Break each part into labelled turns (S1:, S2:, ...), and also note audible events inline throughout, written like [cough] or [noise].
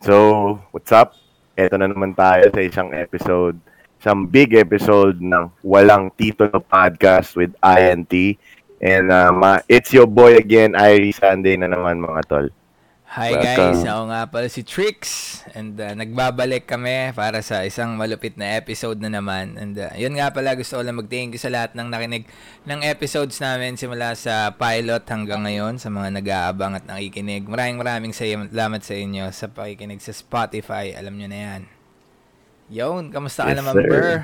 S1: So, what's up? Ito na naman tayo sa isang episode, isang big episode ng Walang Titulo Podcast with INT. And um, uh, it's your boy again, Irie Sunday na naman mga tol.
S2: Hi
S1: Welcome.
S2: guys, ako nga pala si Trix and uh, nagbabalik kami para sa isang malupit na episode na naman and uh, yun nga pala gusto ko lang mag-thank you sa lahat ng nakinig ng episodes namin simula sa pilot hanggang ngayon sa mga nag-aabang at nakikinig. Maraming maraming salamat sa inyo sa pakikinig sa Spotify, alam nyo na yan. Yun, kamusta ka
S1: Yes,
S2: naman,
S1: sir.
S2: Burr?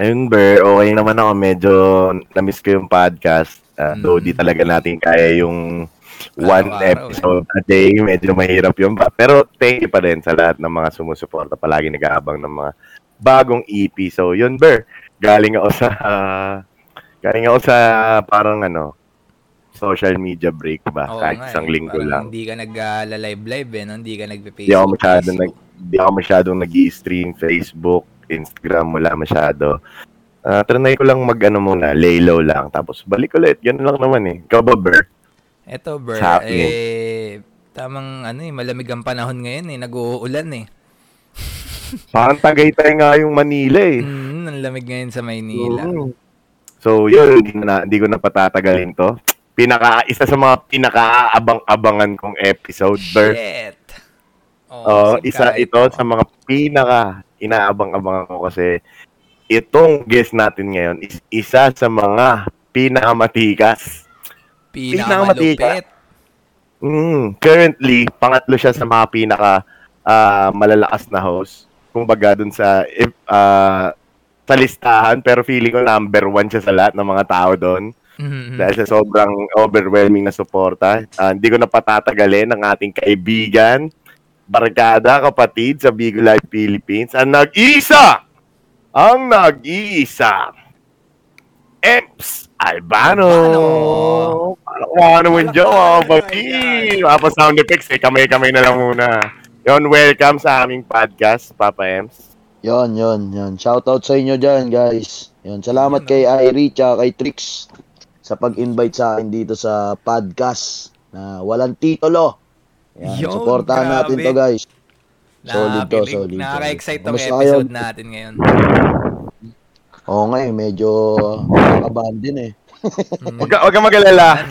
S1: Ayun, Ber, okay naman ako. Medyo na-miss ko yung podcast. Uh, Though
S2: Mm. eh.
S1: di talaga natin kaya yung one
S2: Araw-araw,
S1: episode a day. Medyo mahirap yun. pa. Pero thank you pa rin sa lahat ng mga sumusuporta. Palagi nag-aabang ng mga bagong EP. So, yun, Ber. Galing ako sa... ah, galing ako sa parang ano, social media break ba?
S2: Oo
S1: Ah, kahit
S2: nga eh,
S1: isang linggo
S2: parang
S1: lang.
S2: Hindi ka nag-live-live eh, no? hindi ka nag-Facebook.
S1: Hindi ako masyado nag di ako masyadong nag-i-stream Facebook, Instagram wala masyado. Ah, trinay ko lang mag ano muna, lay low lang tapos balik ulit. Ganun lang naman eh. Ikaw ba, Ber?
S2: Eto, bro,
S1: Sa akin.
S2: eh, tamang ano eh, malamig ang panahon ngayon eh, nag-uulan eh.
S1: Parang tagaytay nga yung Manila eh.
S2: Mm, ang lamig ngayon sa Maynila.
S1: Oo. So, yun, hindi, na, hindi ko na patatagalin to. Pinaka, isa sa mga pinaka-abang-abangan kong episode, Ber.
S2: Shit!
S1: Oo, Oh,
S2: same
S1: isa
S2: kahit.
S1: ito sa mga pinaka inaabang-abang ako kasi itong guest natin ngayon is isa sa mga pinakamatikas.
S2: Pinakamalupit.
S1: Mm, currently, pangatlo siya sa mga pinaka ah, malalakas na host. Kumbaga dun sa if, ah, sa listahan pero feeling ko number one siya sa lahat ng mga tao doon
S2: Mhm.
S1: dahil sa sobrang overwhelming na suporta. Ah, hindi ko na patatagalin ang ating kaibigan, barkada, kapatid sa Big Life Philippines. Ang nag-iisa! Ang nag-iisa! Eps Albano!
S2: Albano!
S1: Ano mo yung jowa, papi? Papa sound effects eh. Kamay-kamay na lang muna. Yon, welcome sa aming podcast, Papa Ems.
S3: Yon, yon, yon. Shoutout sa inyo dyan, guys. Yon, salamat
S2: Yun,
S3: kay Irie tsaka kay Trix sa pag-invite sa akin dito sa podcast na walang titulo. Yan,
S2: Yun,
S3: supportahan
S2: grabe.
S3: natin to, guys. Solid to,
S2: Nakakabilig.
S3: solid to.
S2: Nakaka-excite tong
S3: Kamusta
S2: episode
S3: kayo?
S2: natin
S3: [laughs]
S2: ngayon.
S3: Oo nga eh, medyo nakakabahan din eh.
S2: Mm.
S1: Huwag ka, huwag ka
S3: [laughs]
S1: magalala.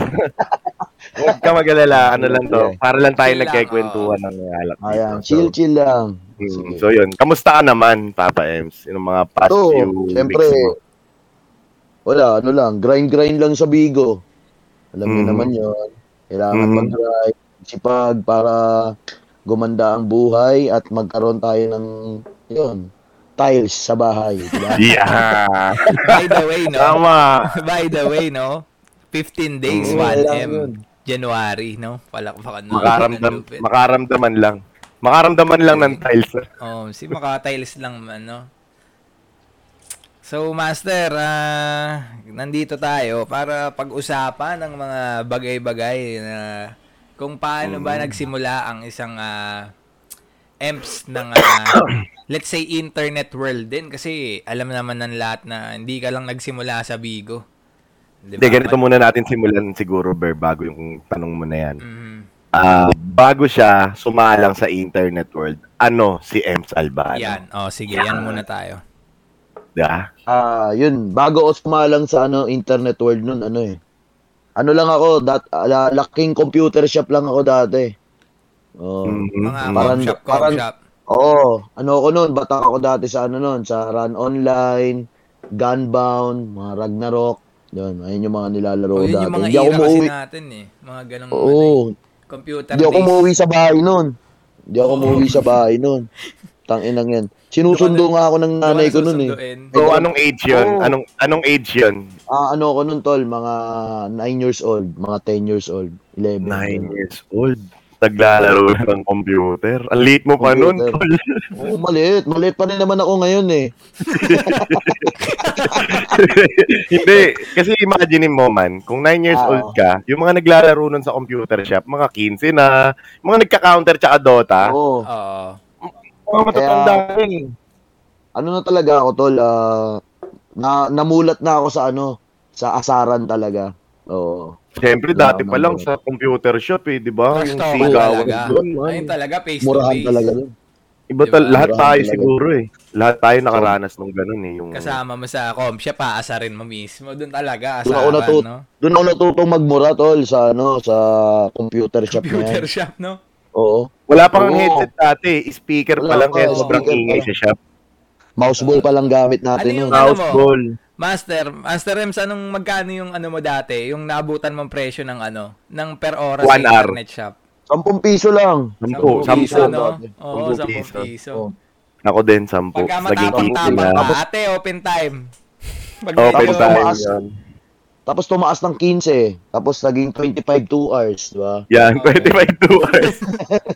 S1: Huwag ka magalala. Ano lang to. Para lang tayo
S2: Chill lang,
S1: nagkikwentuhan ng alak. dito.
S3: Ayan,
S1: So,
S3: chill, chill lang.
S1: Mm,
S3: Sige.
S1: So yun, kamusta ka naman, Papa Ems? Yung mga past
S3: Ito,
S1: few
S3: syempre,
S1: weeks mo.
S3: wala, ano lang, grind-grind lang sa Bigo. Alam niyo
S1: Mhm.
S3: naman yon Kailangan
S1: Mhm.
S3: mag-grind, sipag para gumanda ang buhay at magkaroon tayo ng, yun, tiles sa bahay.
S1: [laughs]
S3: Diba?
S2: [laughs]
S1: Yeah!
S2: By the way, no?
S1: Tama!
S2: [laughs] By the way, no? 15 days,
S3: Mm, alam yun.
S2: 1M. January, no? Palakpakan mo.
S1: Makaramdam,
S2: Ang lupit.
S1: makaramdaman lang. Makaramdaman lang ng tiles.
S2: Oh, si makatiles lang ano. So, Master, ah, nandito tayo para pag-usapan ng mga bagay-bagay na kung paano
S3: Mm.
S2: ba nagsimula ang isang ah, EMPS ng, ah, let's say, internet world din. Kasi alam naman ng lahat na hindi ka lang nagsimula sa Bigo. Di
S1: Hindi,
S2: ba?
S1: ganito muna natin simulan siguro, Ber, bago yung tanong mo na yan.
S2: Mhm.
S1: Ah, bago siya sumalang sa internet world, ano si Ems Albano?
S2: Yan. Oh, sige, yan muna tayo.
S1: Diba?
S3: Ah, yun, bago ako sumalang sa ano, internet world nun, ano eh. Ano lang ako, dat, ala, laking computer shop lang ako dati. Oh.
S1: Mhm.
S2: Mga
S1: Mhm.
S3: Parang-
S2: com shop, com
S3: parang-
S2: shop.
S3: Oo, ano ako noon, batak ako dati sa ano noon, sa Run Online, Gunbound, mga Ragnarok. Yun, ayun yung mga nilalaro
S2: O,
S3: ko
S2: Oh, yun
S3: dati.
S2: yung mga
S3: Hindi ako
S2: era kasi
S3: umuwi.
S2: natin eh. Mga ganong
S3: Oo,
S2: ano eh, computer
S3: hindi ako
S2: days.
S3: umuwi sa bahay noon. Hindi ako
S2: Oo.
S3: umuwi sa bahay noon. Tanginang yan. Sinusundo nga ako ng nanay ko noon eh.
S2: Susunduin.
S1: So, anong age yun?
S3: Oo.
S1: Anong, anong age yun?
S3: Ah, ano ako noon tol, mga 9 years old, mga 10 years old, 11.
S1: Nine years old. Naglalaro na ng computer. Ang late mo pa nun,
S3: Computer.
S1: tol. [laughs]
S3: Oo, maliit. Maliit pa rin naman ako ngayon eh.
S1: Hindi, kasi imagine mo man, kung 9 years
S3: Oo.
S1: old ka, yung mga naglalaro nun sa computer shop, mga 15 na, yung mga nagka-counter tsaka Dota,
S3: Oo.
S2: Oo.
S1: mga matatanda rin.
S3: ano na talaga ako tol ah, na namulat na ako sa ano sa asaran talaga Oo.
S1: Siyempre,
S3: Wala
S1: dati
S3: naman
S1: pa lang
S3: yun.
S1: sa computer shop eh, di ba?
S2: Trash
S1: Yung
S2: talk
S1: sigawan
S2: talaga.
S1: doon. man.
S2: Ayun talaga, face to
S3: Murahan
S2: face.
S3: talaga yun.
S1: Iba
S2: Diba?
S1: tal- lahat
S3: Murahan
S1: tayo
S3: talaga.
S1: siguro eh. Lahat tayo nakaranas ng ganun eh. Yung...
S2: Kasama mo sa comp, siya paasa rin mo mismo. Doon talaga,
S3: Doon ako,
S2: asahan,
S3: natut-
S2: no?
S3: doon ako natutong magmura, tol, sa, ano, sa computer shop
S2: Computer
S3: na yan.
S2: shop, no?
S3: Oo.
S1: Wala pang
S3: Oo.
S1: headset dati, eh. speaker pa
S3: Wala
S1: lang
S3: pa,
S1: kaya
S2: oo.
S1: sobrang
S3: Speaker pa
S1: ingay
S3: lang.
S1: sa shop.
S3: Mouse ball pa lang gamit natin
S2: Ano
S3: nun.
S2: yung-
S1: Mouse
S2: mo?
S1: ball.
S2: Master, Master Rems, anong magkano yung ano mo dati? Yung naabutan mong presyo ng ano? Ng per oras sa
S1: One hour.
S2: internet shop?
S3: 10 piso lang.
S1: Sampo,
S2: Sampung piso,
S1: sampo.
S2: no?
S3: dati.
S2: Oo,
S1: Sampung
S2: sampung
S1: piso.
S2: piso.
S3: Oo.
S1: Ako din, sampo.
S2: Pagka
S1: Naging piso
S2: matapang-tapang
S1: na.
S2: ka, ate, open time. Pag
S1: Open
S2: medyo-
S1: time
S3: tumaas.
S1: yan.
S3: Tapos tumaas ng 15. Tapos naging 25 2 hours, di ba?
S1: Yan,
S2: Okay.
S1: 25 hours.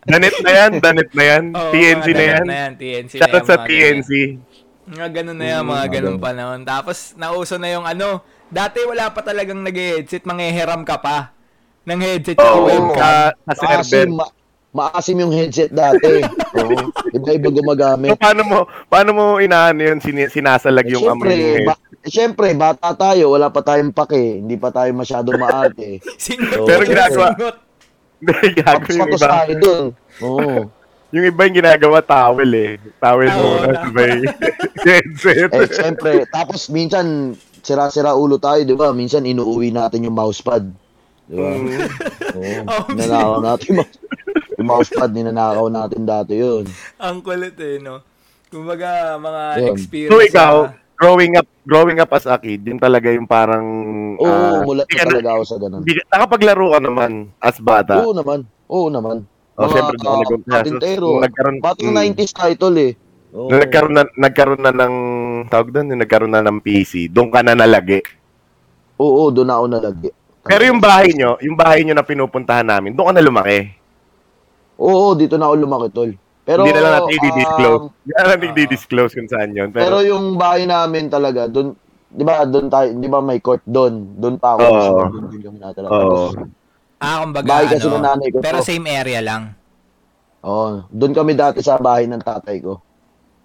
S1: Danit na yan, danit na yan.
S2: Oo,
S1: TNC
S2: mga
S1: na
S2: ganun
S1: yan.
S2: TNC na
S1: Shoutout
S2: yan,
S1: sa
S2: mga ganyan.
S1: TNC.
S2: Mga Ah, ganun na yan, mga
S3: mga
S2: ganun
S3: Mm, ganun.
S2: panahon. Tapos, nauso na yung ano, dati wala pa talagang nag-headset, manghihiram ka pa ng headset sa
S1: Oo,
S3: webcam. [laughs]
S1: sa, sa server.
S3: Maasim, ma- maasim yung headset dati. [laughs] Oo. Iba-iba
S1: So,
S3: gumagamit.
S1: paano mo paano mo inaano yun sin- sinasalag yung amoy ng
S3: Siyempre,
S1: head?
S3: Eh, ba- siyempre, bata tayo, wala pa tayong pake, hindi pa tayo
S1: [laughs]
S3: masyado maarte.
S2: Singot.
S3: Pero
S2: Singot.
S1: ginagawa.
S2: Singot.
S1: Hindi, gago
S3: Tapos
S1: [laughs] yung
S3: patos
S1: iba.
S3: tayo dun. Oo.
S1: Yung iba yung ginagawa towel eh. Towel
S2: Towel
S1: muna.
S2: na.
S1: sabay. Headset.
S3: Eh, siyempre, tapos minsan, sira-sira ulo tayo, di ba? Minsan, inuuwi natin yung mousepad. Di ba?
S1: Mm.
S3: Oo.
S1: [laughs]
S2: Oh,
S3: Ninanakaw natin yung mouse- yung mousepad, ninanakaw natin dati yun.
S2: Ang kulit eh, no? Kumbaga, mga
S3: Yun.
S2: experience.
S1: So ikaw,
S2: na-
S1: growing up growing up as a kid, yun talaga yung parang...
S3: Oo,
S1: ah,
S3: mulat
S1: hindi ka
S3: na
S1: na-
S3: talaga ako sa ganun.
S1: hindi ka- Nakapaglaro ka naman as bata.
S3: Oo naman, oo naman.
S1: Oh, siyempre, baka
S3: ah,
S1: nag-
S3: patintero.
S1: nung nagkaroon-
S3: Batang
S1: Mm.
S3: 90s title eh. Oo.
S1: Nung nagkaroon na, nagkaroon na ng, tawag doon, yung nagkaroon na ng PC, doon ka na nalagi.
S3: Oo, doon na ako nalagay.
S1: Pero yung bahay nyo, yung bahay nyo na pinupuntahan namin, doon ka na lumaki.
S3: Oo, dito na ako lumaki, tol. Pero,
S1: Hindi na lang natin
S3: um,
S1: i-disclose. Hindi na lang
S2: ah.
S1: i-disclose kung saan yun.
S3: pero
S1: Pero,
S3: yung bahay namin talaga, doon, di ba, doon tayo, di ba may court doon? Doon pa ako.
S1: Oo.
S3: So, doon din kami natalaga. Tapos,
S1: oo.
S2: Ah, kumbaga,
S3: Bahay kasi
S2: ano,
S3: ng nanay ko
S2: pero
S3: to.
S2: same area
S3: [laughs]
S2: lang.
S3: Oo, doon kami dati sa bahay ng tatay ko.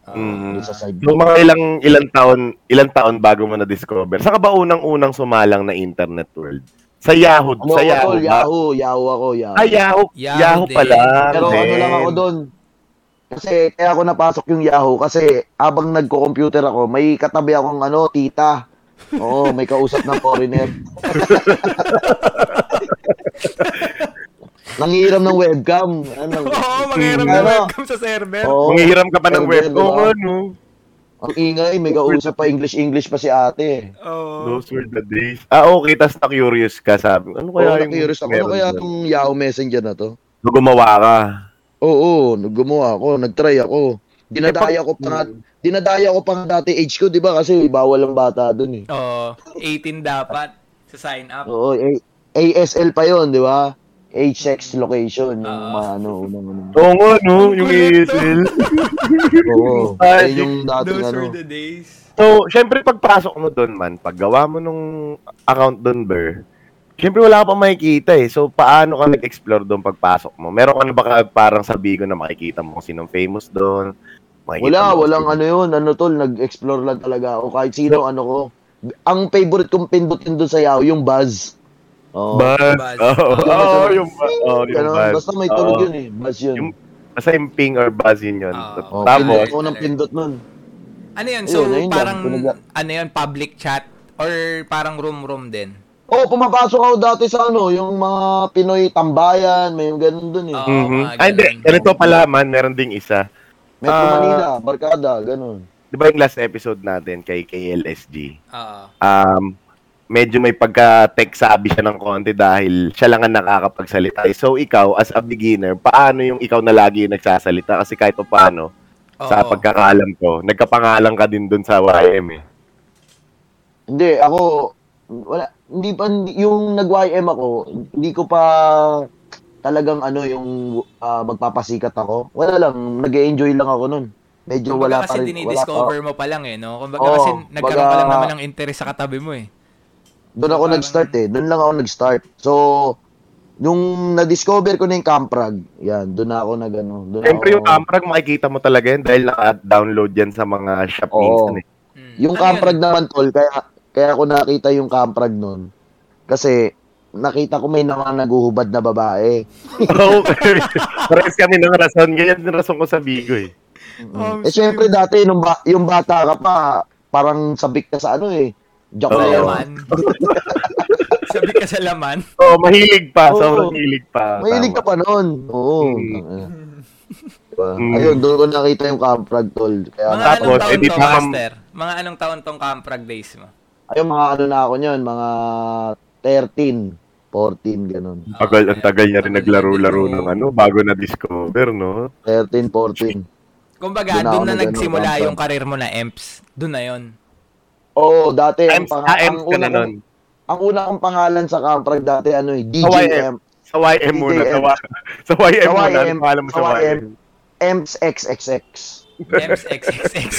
S2: Ah,
S1: Mm.
S3: Doon sa side.
S1: So, mga ilang, ilang taon, ilang taon bago mo na-discover? Saan ka ba unang-unang sumalang na internet world? Sa Yahoo.
S3: Ano
S1: sa
S3: ako, tol?
S1: Yahoo. ba?
S3: Yahoo, Yahoo ako, Yahoo.
S1: Ah, Yahoo.
S2: Yahoo
S1: Yahoo,
S2: din.
S1: pala.
S3: Pero ano
S1: man.
S3: lang ako doon, kasi kaya ako napasok yung Yahoo kasi habang nagko-computer ako, may katabi akong ano, tita. Oo, may kausap na [laughs] foreigner. Nangihiram ng webcam. Ano?
S2: [laughs] Oo, oh, manghiram ng
S3: Ano?
S2: webcam sa server.
S3: Oo.
S1: Manghiram ka pa ng
S3: Pero,
S1: web.
S3: diba?
S1: Oo, ano?
S3: Ang ingay, may kausap pa English-English pa si ate.
S2: Oo.
S1: Those were the days. Ah, okay. Tapos na-curious ka, sabi. Ano
S3: Oo,
S1: kaya yung...
S3: curious ako. Ano
S1: meron
S3: kaya
S1: doon?
S3: itong Yahoo Messenger na to?
S1: So, gumawa ka.
S3: Oo, oo, gumawa ako, nagtry ako. Dinadaya ko pa nga, dinadaya ko pa nga dati age ko, di ba? Kasi bawal ang bata dun eh.
S2: Oo. 18 dapat sa sign up.
S3: Oo, A- ASL pa yon, di ba? Age, sex, location, yung
S2: Ah.
S3: mga ano, unang ano.
S1: [laughs] Oo nga, no?
S2: Ang
S1: Yung
S2: kulit, no?
S1: ASL.
S3: Oo,
S1: Ah,
S3: yun yung dating
S2: Those
S3: ano.
S2: were the days.
S1: So, syempre pagpasok mo doon man, paggawa mo nung account doon, Ber, syempre wala ka pa makikita eh. So, paano ka nag-explore doon pagpasok mo? Meron ka na ba ka- parang sabi ko na makikita mo kung sinong famous doon? Makikita mo
S3: Wala,
S1: kung
S3: walang
S1: sino-
S3: ano yun, ano tol, nag-explore lang talaga ako. Kahit sino, ano ko. Ang favorite kong pindutin doon sa Yahoo, yung Buzz. Oo.
S1: Buzz.
S2: Buzz.
S1: Oo,
S2: Buzz.
S1: oo, Ah, [laughs] yung buzz. Oo, yung
S3: Ganun,
S1: buzz.
S3: basta may tunog
S1: Oo.
S3: yun eh, Buzz yun.
S1: Yung- Basta yung ping or buzz yun yun.
S2: Oo.
S3: Oh,
S1: Tapos,
S3: pindot ko ng pindot nun.
S2: Ano yun? So,
S3: Ayun, ayun lang.
S2: parang,
S3: Pinag-
S2: ano yun, public chat? Or parang room-room din?
S3: Oo, pumapasok ako dati sa ano, yung mga Pinoy tambayan, may yung ganun dun eh.
S2: Oo,
S1: mhm.
S2: mga
S1: Ay, hindi.
S2: ganun.
S1: Ganito pala man, meron ding isa.
S3: Metro
S1: Ah.
S3: Manila, Barkada, ganun.
S1: Di ba yung last episode natin kay KLSG?
S2: Oo.
S1: um, medyo may pagka-tech savvy siya ng konti dahil siya lang ang nakakapagsalita. So, ikaw, as a beginner, paano yung ikaw na lagi yung nagsasalita? Kasi kahit pa paano, sa
S2: Ah, Oo.
S1: pagkakalam ko, nagkapangalan ka din dun sa YM eh.
S3: Hindi, ako, wala, hindi pa, hindi- yung nag-YM ako, hindi ko pa talagang ano yung ah, magpapasikat ako. Wala lang, nag enjoy lang ako nun. Medyo
S2: Kumbaga kasi
S3: wala pa rin, wala pa.
S2: dinidiscover mo pa lang eh, no? Kumbaga
S3: Oo,
S2: kasi nagkaroon pa lang
S3: baga-
S2: naman ng interest sa katabi mo eh.
S3: Doon ako
S2: Parang-
S3: nag-start eh. Doon lang ako nag-start. So, nung na-discover ko na yung Camprag, yan, doon ako nag ano. Doon
S1: Siyempre
S3: ako,
S1: yung Amprag, makikita mo talaga yan dahil naka-download yan sa mga shop
S3: Oo.
S1: minsan eh. [laughs]
S2: Mm.
S3: Yung
S2: Ano yun?
S3: Camprag naman tol, kaya kaya ako nakita yung Camprag noon. Kasi nakita ko may mga naguhubad na babae.
S1: [laughs] Okay. Pares Oh, kami ng rason. Ganyan din rason ko sa Bigo eh.
S2: Oh,
S3: eh syempre dati nung ba- yung bata ka pa, parang sabik ka sa ano eh. Joke
S1: Oo.
S2: Sa
S3: na yun.
S2: laman. [laughs] Sabi ka sa laman.
S1: Oh, mahilig pa.
S3: Oo.
S1: Sobrang mahilig pa.
S3: Mahilig ka
S1: Tama.
S3: pa noon. Oo.
S1: Hmm.
S3: [laughs] Diba?
S1: Mm.
S3: Ayun, doon ko nakita yung Camprag tol. Kaya
S2: Mga
S1: Tapos,
S2: anong taon
S1: eh, di
S2: to,
S1: pa kam-
S2: Master? Mga anong taon tong Camprag days mo?
S3: ayun mga ano na ako niyan, mga 13, 14 ganun.
S1: Tagal, ang tagal niya rin
S2: Tagal
S1: naglaro-laro
S2: niya
S1: ng
S2: din.
S1: ano, bago na-discover, no?
S3: 13, 14.
S2: Kumbaga,
S3: Doon ako
S2: doon na
S3: nag-ano,
S2: nagsimula
S3: Camprag.
S2: yung karir mo na EMPS. Doon na
S3: [laughs]
S2: yon.
S3: Oo, dati
S1: Times,
S3: ang, pang-
S1: ah,
S3: ang
S1: M's ka
S3: una
S1: na
S3: kong,
S1: nun.
S3: ang una kong pangalan sa Camprag dati ano eh, DJ
S1: YM.
S3: M.
S1: Sa YM muna. Sa, Y- sa YM
S3: Sa
S1: muna.
S3: YM,
S1: Ano pangalan mo sa
S3: sa
S1: YM?
S3: M's XXX.
S2: EMPS XXX.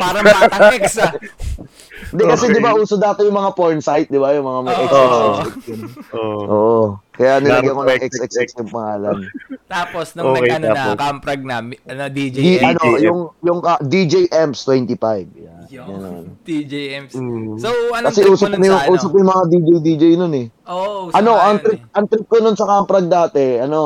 S2: Parang batang X ah.
S3: Hindi kasi
S1: Okay.
S3: di ba uso dati yung mga porn site, di ba? Yung mga may
S2: Oo.
S3: XXX.
S1: Oo.
S3: Oo. Kaya nilagyan ko ng
S1: Dapat
S3: XXX yung pangalan.
S2: Tapos, nung
S1: Okay,
S2: nag-ano na,
S1: tapos.
S2: Camprag na, mi- ano,
S3: Di,
S2: DJ
S1: DJ.
S2: EMPS.
S3: ano, yung, yung ka- DJ M's 25. Yan. Ganun.
S2: [laughs] DJ EMPS.
S1: Mm.
S2: So, anong
S3: Kasi
S2: trip mo
S3: usok
S2: nun
S3: na
S2: sa
S3: yung, usok
S2: ano?
S3: na yung mga DJ DJ nun eh.
S2: Oo,
S3: ano,
S2: sa
S3: ang
S2: yun
S3: trip,
S2: eh.
S3: ang trip ko nun sa Camprag dati, ano,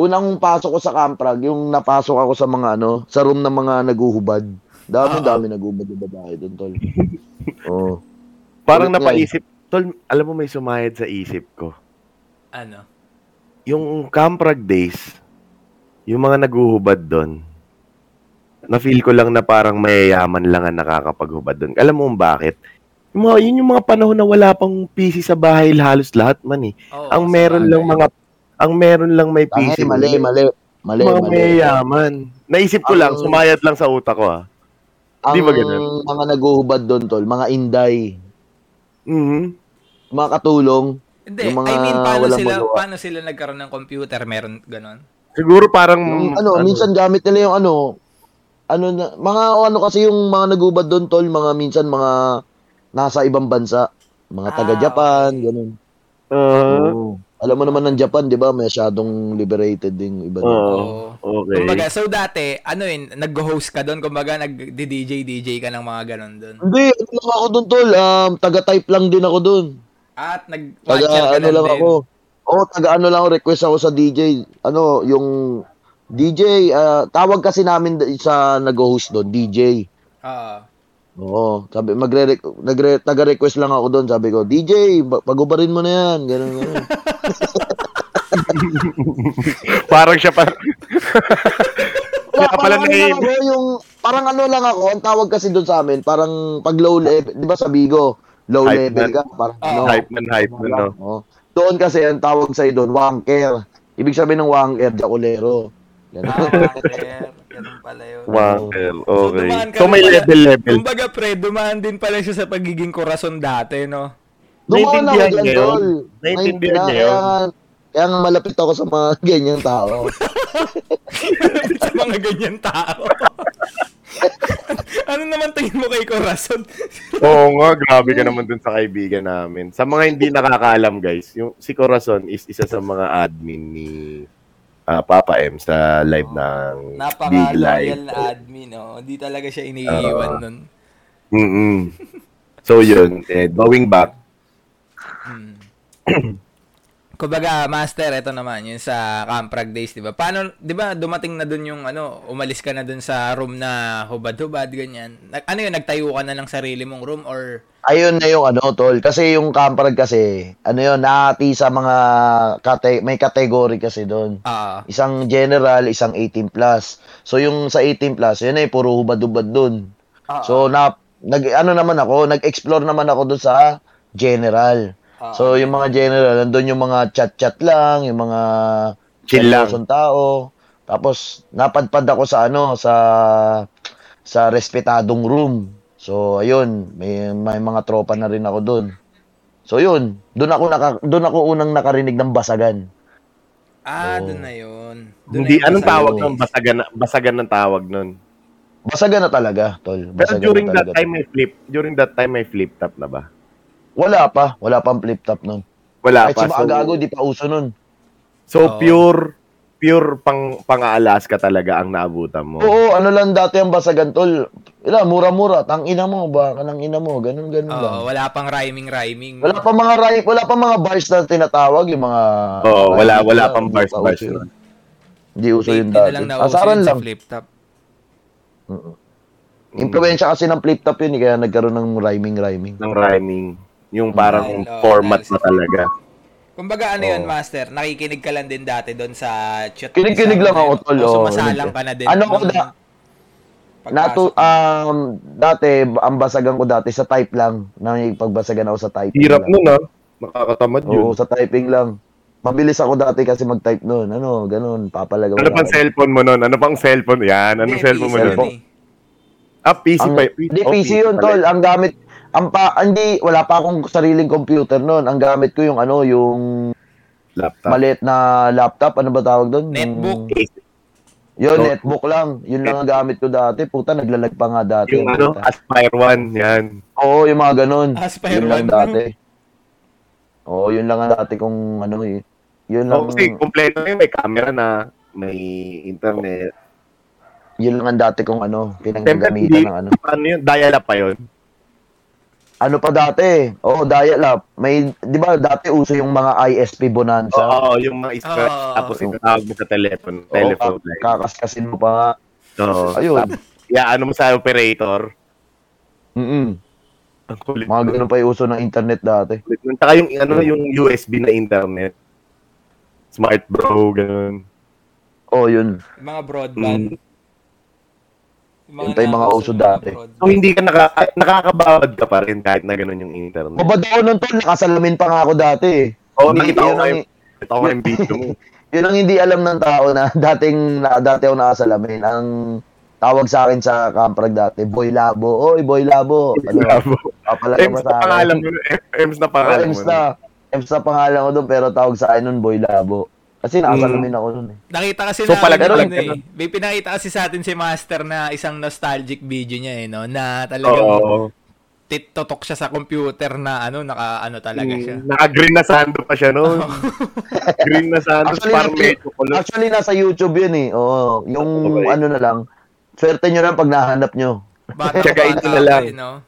S3: unang pasok ko sa Camprag, yung napasok ako sa mga ano, sa room ng mga naguhubad. Dami,
S1: Ah.
S2: Oo.
S3: dami naguhubad yung babae doon,
S1: [laughs]
S3: tol. Oo.
S1: Parang
S3: Ulit nga eh.
S1: napaisip. Tol, alam mo may sumayad sa isip ko.
S2: Ano?
S1: Yung Camprag Days, yung mga naguhubad doon, na-feel ko lang na parang mayayaman lang ang nakakapaghubad doon. Alam mo kung bakit? Yung mga, yun yung mga panahon na wala pang PC sa bahay halos lahat man eh.
S2: Oo,
S1: ang
S2: sa
S1: meron
S2: bagay.
S1: lang mga ang meron lang may
S3: Tangay,
S1: PC.
S3: mali, mali. Mali,
S1: mga
S3: mali.
S1: mayayaman. Naisip ko lang,
S3: Ang-
S1: sumayad lang sa utak ko ah.
S3: Ang
S1: di ba ganun?
S3: mga naguhubad doon, tol, mga inday,
S1: Mhm.
S3: mga katulong,
S2: Hindi,
S3: Yung mga
S2: I mean, paano
S3: walang
S2: sila,
S3: magawa.
S2: paano sila nagkaroon ng computer? Meron ganon?
S1: Siguro parang
S3: Yung ano, minsan gamit nila yung ano, ano na, mga o ano kasi yung mga nagubad doon tol, mga minsan mga nasa ibang bansa, mga
S2: Ah,
S3: taga Japan,
S2: okay.
S3: ganun.
S1: Ah,
S3: Oo. Alam mo naman ng Japan, 'di ba, masyadong liberated din yung iba. doon.
S1: Oo.
S2: Oo.
S1: Oh. okay.
S2: Oh. Kumbaga, so dati, ano yun, nag-host ka doon, kumbaga, nag-DJ-DJ ka ng mga ganon doon.
S3: Hindi, ano lang ako doon tol, um, taga-type lang din ako doon.
S2: At nag-watcher ka
S3: Taga ano
S2: nun
S3: lang
S2: din.
S3: ako. Oo, taga ano lang ako, request ako sa DJ. Ano, yung DJ, ah, tawag kasi namin sa nag-host doon, DJ.
S2: Oo.
S3: Oo, sabi magre nagre taga-request lang ako doon, sabi ko, DJ, ba- pagubarin mo na 'yan, ganun ganun.
S1: parang siya
S2: [laughs]
S1: parang
S3: Wala,
S1: Kaya pala
S3: parang ano lang
S1: nai-
S3: ako, yung parang ano lang ako, ang tawag kasi doon sa amin, parang pag low level, 'di ba sa Bigo, low
S1: Hype
S3: level
S1: man.
S3: ka, parang ano.
S1: hype man, hype man, no?
S3: Oo. Doon kasi ang tawag sa doon, wanker. Ibig sabihin ng wanker, jakulero.
S2: Ah, [laughs]
S3: Ganun.
S2: wanker. Ganun pala yun.
S1: Wanker, okay.
S2: dumaan ka
S1: So,
S2: rin
S1: may
S2: pala-
S1: level-level.
S2: Kumbaga, pre, dumaan din pala siya sa pagiging korason dati, no?
S3: Dumaan ako
S1: Naintindihan
S3: dyan,
S1: niya yun?
S3: tol.
S1: Naintindihan
S3: Kaya-
S1: niya yun?
S3: Kaya, nga- kaya nga malapit ako sa mga [laughs] ganyang tao.
S2: [laughs] sa mga ganyan tao. [laughs] ano naman tingin mo kay Corazon?
S1: Oo nga, grabe ka naman dun sa kaibigan namin. Sa mga hindi nakakaalam, guys, yung si Corazon is isa sa mga admin ni ah, Papa M sa live ng Big
S2: Napaka-loyal
S1: Live.
S2: na admin, oh. Hindi talaga siya iniiwan nun.
S1: Mm-mm. So, yun. Eh, going back,
S2: Hmm. Kumbaga, master, ito naman, yun sa Camprag Days, di ba? Paano, di ba, dumating na dun yung, ano, umalis ka na dun sa room na hubad-hubad, ganyan. Nag- ano yun, nagtayo ka na ng sarili mong room or...
S3: Ayun na yung ano, tol. Kasi yung Camprag kasi, ano yun, nahati sa mga, kate, may category kasi doon.
S2: Ah,
S3: Isang general, isang 18 plus. So yung sa 18 plus, yun ay puro hubad-hubad doon.
S2: Ah.
S3: So na, nag, ano naman ako, nag-explore naman ako doon sa general.
S2: Ah.
S3: So yung mga general, nandun yung mga chat-chat lang, yung mga
S1: Chill lang.
S3: seryoso tao. Tapos napadpad ako sa ano, sa sa respetadong room. So ayun, may may mga tropa na rin ako doon. So yun, doon ako naka, doon ako unang nakarinig ng basagan.
S2: ah,
S3: Oh.
S2: dun na yun. Dun
S1: hindi,
S2: na yun
S1: anong
S2: sa
S1: tawag
S2: Camprag
S1: nun?
S2: Days.
S1: Basagan, basagan ng tawag nun.
S3: Basagan na talaga, tol.
S1: Pero
S3: Basagan
S1: during
S3: na
S1: that
S3: talaga.
S1: time, may flip. During that time, may flip top na ba?
S3: wala pa, wala pang flip top noon.
S1: Wala
S3: Kahit
S1: Ah, pa.
S3: sa mga
S1: So,
S3: gago, di pa uso noon.
S1: so
S2: Oo.
S1: pure, pure pang, pang-Alaska talaga ang naabutan mo.
S3: Oo, ano lang dati ang basagan, tol. Wala, mura-mura. Tang ina mo, baka nang ina mo. Ganun, ganun lang.
S2: Oo, wala pang rhyming-rhyming.
S3: Wala pa mga ri- wala pa mga bars na tinatawag yung mga
S1: Oo, wala,
S3: Ay,
S1: wala pang
S3: hindi
S1: bars
S3: pa
S1: bars
S3: uso yun.
S1: nun.
S3: Hindi uso yun
S2: Safety na
S3: dati.
S2: lang na
S3: Asaran
S2: sa
S3: lang.
S2: flip top.
S3: Impluwensya kasi ng flip top yun, eh, kaya nagkaroon ng rhyming rhyming.
S1: Ng rhyming. Yung parang
S2: Dahil, oo,
S1: format
S2: dahil
S1: na talaga.
S2: Kumbaga ano yun,
S3: Oo.
S2: Master? Nakikinig ka lang din dati doon sa chat.
S3: Kinikinig
S2: sa-
S3: lang ako, tol,
S2: O
S3: oo.
S2: sumasalang ka na din.
S3: Ano ko
S2: nung
S3: na-
S2: pagpasok.
S3: Natu um dati ang basagan ko dati sa type lang. Nakikipagbasagan ako sa typing.
S1: Hirap
S3: lang.
S1: nun ah. Nakakatamad
S3: Oo,
S1: yun.
S3: sa typing lang. Mabilis ako dati kasi mag-type noon. Ano, ganun, papalaga
S1: Ano pang cellphone mo nun? Ano pang cellphone? Yan, ano
S2: Hindi,
S1: cellphone mo
S2: PC
S1: nun?
S2: yun eh.
S1: Ah, PC
S3: Ang,
S1: pa.
S3: di,
S1: oh,
S3: PC yun,
S1: pala.
S3: tol. Ang gamit, ang pa, hindi, wala pa akong sariling computer noon. Ang gamit ko yung ano, yung
S1: Laptop.
S3: maliit na laptop. Ano ba tawag doon?
S2: Netbook.
S3: Yun,
S1: No.
S3: netbook lang. Yun lang ang gamit ko dati. Puta, naglalag pa nga dati.
S1: Yung ano,
S3: Puta.
S1: Aspire 1. Yan.
S3: Oo, yung mga ganun.
S2: Aspire
S3: yun lang
S2: one.
S3: dati. Oo, yun lang ang dati kong ano eh. Yun lang,
S1: Oh, kasi kompleto yun. May camera na. May internet.
S3: yun lang ang dati kong ano,
S1: Siyempre,
S3: pinanggagamitan
S1: hindi.
S3: ng ano.
S1: Paano yun? Dial-up pa yun.
S3: Ano pa dati? Oo, dial up. May, di ba dati uso yung mga ISP
S1: Oo,
S3: Bonanza?
S1: oo, yung mga scratch.
S2: Oo.
S1: Tapos itatawag mo sa telepono. telephone
S3: Oo,
S1: line.
S3: kakaskasin mo pa nga.
S1: Oo.
S3: Ayun.
S1: Tapos, Yeah, ano mo sa operator.
S3: Mm-mm.
S1: Ang kulit.
S3: Mga ganun pa yung uso ng internet dati.
S1: Ulit nun. Tsaka yung, ano, yung USB na internet. Smart bro, ganun.
S3: Oo, yun.
S2: Yung Mga broadband.
S1: Mm.
S2: Yung
S3: Yun pa yung mga
S2: nauso
S3: uso
S2: na
S3: dati.
S2: broadband.
S1: So, hindi ka naka, ay, nakakababad ka pa rin kahit na ganun yung internet.
S3: Babad ako nun tol, nakasalamin pa nga ako dati eh.
S1: Oo,
S3: Hindi-
S1: nakita ko
S3: yun
S1: kayo.
S3: ang-
S1: Ito ko yung video mo.
S3: [laughs] Yun ang hindi alam ng tao na [laughs] dating na, dati ako nakasalamin. Ang tawag sa akin sa Kamprag dati, Boy Labo. Oy, Boy Labo.
S1: [laughs]
S3: Ano,
S1: Labo.
S3: papalaga
S1: Ems
S3: pa
S1: na
S3: sa
S1: pangalan
S3: akin.
S1: mo. nun. Em- Ems na
S3: Oh,
S1: pangalan mo.
S3: Ems na. Ems na pangalan ko doon, pero tawag sa akin nun, Boy Labo. Kasi
S1: Hmm.
S3: nakasalamin ako nun eh.
S2: Nakita kasi
S1: So,
S2: namin
S1: palag-
S2: yun
S1: palag-
S2: eh. May pinakita kasi sa atin si Master na isang nostalgic video niya eh, no? Na talagang
S1: Oo.
S2: titotok siya sa computer na ano, naka ano talaga siya.
S1: Mm, Naka-green na sando pa siya
S2: [laughs]
S1: noon. green na sando.
S3: Actually,
S1: parang
S3: nasa-
S1: medyo kulot.
S3: Actually, nasa YouTube yun eh. Oo, yung
S1: Okay.
S3: ano na lang. Swerte nyo lang pag nahanap nyo.
S2: Bata
S1: Tsaka ito na lang.
S2: eh, no?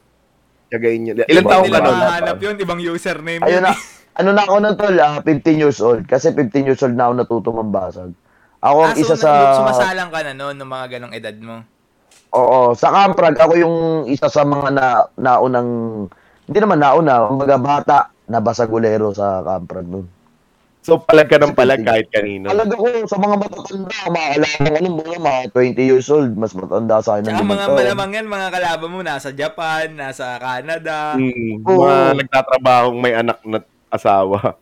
S1: Tsagayin niyo. Ilan taong
S2: Hindi
S1: ka
S2: nila
S1: nun?
S2: mahanap yun, ibang username
S3: Ayun
S2: yun.
S1: [laughs]
S2: eh.
S3: na. Ano na ako nun tol, ah, 15 years old. Kasi 15 years old na ako natuto mambasag. Ako ang
S2: Ah, so,
S3: isa sa...
S2: sumasalang ka na noon, ng mga ganong edad mo.
S3: Oo, sa Kamprag, ako yung isa sa mga na, naunang... Hindi naman nauna, mga bata na basagulero sa Kamprag nun.
S1: So, palag ka ng palag kahit kanino.
S3: Talaga ko, sa mga matatanda, maaalangan ko nung mga mga 20 years old, mas matanda sa akin ng
S2: Tsaka
S3: limang
S2: mga
S3: taon.
S2: malamang yan, mga kalaban mo, nasa Japan, nasa Canada.
S1: Mm,
S3: Oo.
S1: mga nagtatrabahong may anak na asawa.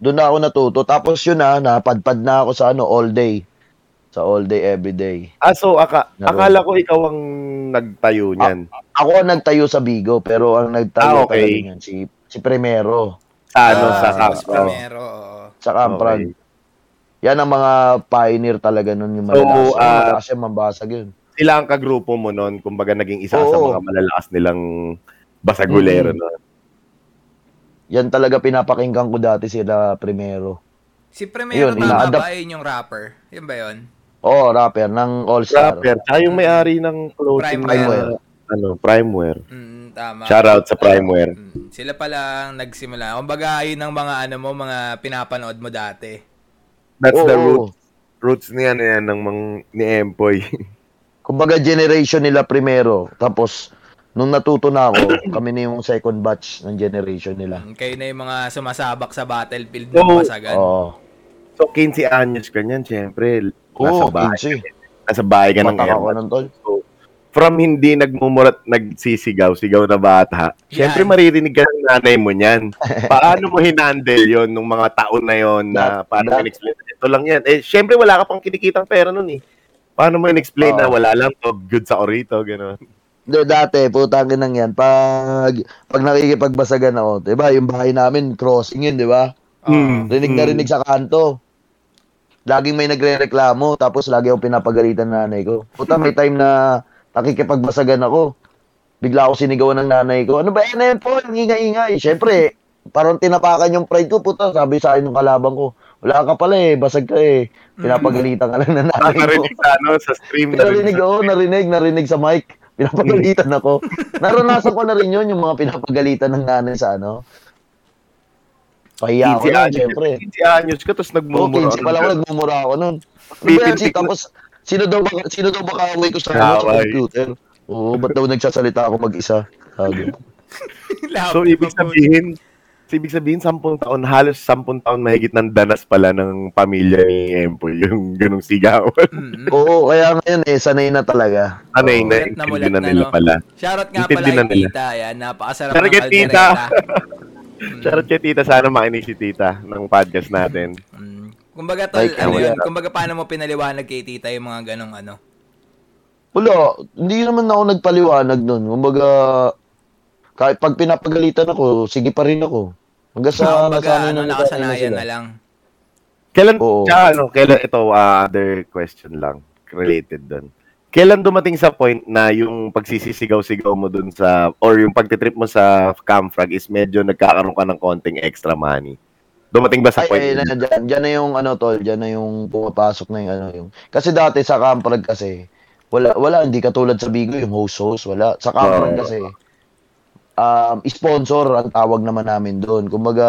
S3: Doon na ako natuto. Tapos yun na, napadpad na ako sa ano, all day. Sa all day, every day.
S1: Ah, so, aka-
S3: Naroon.
S1: akala ko ikaw ang nagtayo niyan.
S3: Ako ang nagtayo sa Bigo, pero ang
S1: Ah, okay.
S3: nagtayo talaga yun, si, si Primero.
S1: sa ano,
S2: Ah,
S1: sa
S2: Los
S1: Capro.
S2: Primero, oo.
S3: Sa Kamprag. Yan ang mga pioneer talaga nun yung
S1: So,
S3: malalakas. So,
S1: ah,
S3: malakas yung mambasag yun.
S1: Sila ang kagrupo mo noon, kumbaga naging isa sa
S3: Oo.
S1: mga malalakas nilang basagulero noon.
S3: Yan talaga pinapakinggan ko dati sila Primero.
S2: Si Primero
S3: Yun,
S2: tama
S3: ina-adapt-
S2: ba? Yun yung rapper. Yun ba yun?
S3: Oo, Oh, rapper ng All Star.
S1: Rapper. Tsaka yung may-ari ng clothing
S2: Primeware.
S1: na, ano, Primeware.
S2: Mm, tama.
S1: Shoutout sa Primeware.
S2: Mm, sila pala ang nagsimula. Kumbaga, yun ang mga ano mo, mga pinapanood mo dati.
S1: That's the
S3: Oo.
S1: root, roots niya na yan ng mang, ni Empoy. [laughs]
S3: Kumbaga generation nila Primero. Tapos, nung natuto na ako, [clears throat] kami na yung second batch ng generation nila.
S2: Mm, Kayo na yung mga sumasabak sa
S1: Oo.
S2: battlefield ng masagan. [laughs]
S3: Oo.
S1: so, 15 anyos ka niyan, syempre. Nasa
S3: Oo,
S1: bahay.
S3: 15.
S1: Nasa bahay ka ng
S3: Mataka ko
S1: Empoy.
S3: nun, tol.
S1: So, from hindi nagmumurat, nagsisigaw, sigaw na bata,
S2: Yan.
S1: syempre maririnig ka ng nanay mo
S3: [laughs]
S1: niyan. Paano mo hinandle yon nung mga taon na yon na
S3: That-
S1: paano
S3: that-
S1: in-explain na ito lang yan? Eh, syempre wala ka pang kinikitang pera nun eh. Paano mo in-explain na
S3: Oo.
S1: wala lang to, good sa orito, gano'n.
S3: Do dati, putang inang yan. Pag, pag nakikipagbasagan ako, di ba, yung bahay namin, crossing yun, di ba?
S2: Oo.
S1: Mm.
S3: Rinig na
S1: Hmm.
S3: rinig sa kanto. Laging may nagre-reklamo, tapos lagi akong pinapagalitan ng nanay ko. Puta, may time na nakikipagbasagan ako. Bigla ako sinigawan ng nanay ko. Ano ba yan, yan po? Ang ingay-ingay. Siyempre, parang tinapakan yung pride ko. Puta, sabi sa akin ng kalaban ko, wala ka pala eh, basag ka eh. Pinapagalitan ka lang ng
S1: Ah,
S3: nanay ko. [laughs]
S1: narinig sa, ano, sa stream.
S3: Pero narinig,
S1: sa-
S3: oo, narinig, narinig sa mic. Pinapagalitan ako. Naranasan ko na rin yun, yung mga pinapagalitan ng nanay sa ano. Pahiya
S1: 15
S3: ako nun,
S1: anyos,
S3: syempre.
S1: 15 anyos ka, tapos
S3: Oo,
S1: nagmumuro.
S3: 15 pala ako, nagmumura ako nun. Ano ba yan, si- tapos, sino daw ba, sino daw ba kaaway ko sa, ano, sa
S1: Kaaway.
S3: computer? Oo, ba't daw nagsasalita ako mag-isa? Sabi.
S2: [laughs]
S1: So, ibig sabihin, so, ibig sabihin, 10 taon, halos 10 taon mahigit ng danas pala ng pamilya ni Empoy, [laughs] yung ganong sigawan.
S3: Oo, kaya ngayon eh, sanay na talaga.
S1: Anay na,
S2: Hmm. Mulat na
S1: intindi
S2: mulat
S1: na
S2: na,
S1: nila
S2: no?
S1: pala.
S2: Shoutout nga pala
S1: Intindi na
S2: kay
S1: nila.
S2: tita. Yan, napakasarap
S1: Shoutout
S2: ng
S1: kay tita.
S2: kaldereta. Mm,
S1: Charot kay tita, sana makinig si tita ng podcast natin.
S2: mm. Kumbaga, tol,
S3: Like,
S2: ano
S3: wala
S2: yun,
S1: na.
S2: kumbaga paano mo pinaliwanag kay tita yung mga ganong ano?
S3: Wala, hindi naman ako nagpaliwanag nun. Kumbaga, kahit pag pinapagalitan ako, sige pa rin ako. Hanggang
S2: So,
S3: sa
S2: kumbaga,
S3: nasanay
S2: ano,
S3: na nasanay na
S2: nakasanayan
S3: sila.
S2: na lang.
S1: Kailan,
S3: Oo.
S1: tsaka ano, kailan, ito, ah, other question lang, related doon. Kailan dumating sa point na yung pagsisisigaw-sigaw mo dun sa, or yung pagtitrip mo sa Camfrag is medyo nagkakaroon ka ng konting extra money? Dumating ba sa
S3: Ay,
S1: point?
S3: ay,
S1: na-
S3: na, dyan, dyan na yung ano tol, dyan na yung pumapasok na yung ano yung. Kasi dati sa Camprag kasi, wala, wala, hindi katulad sa Bigo yung host-host, wala. Sa
S1: Oo.
S3: Camprag kasi, um, sponsor ang tawag naman namin doon. Kumbaga,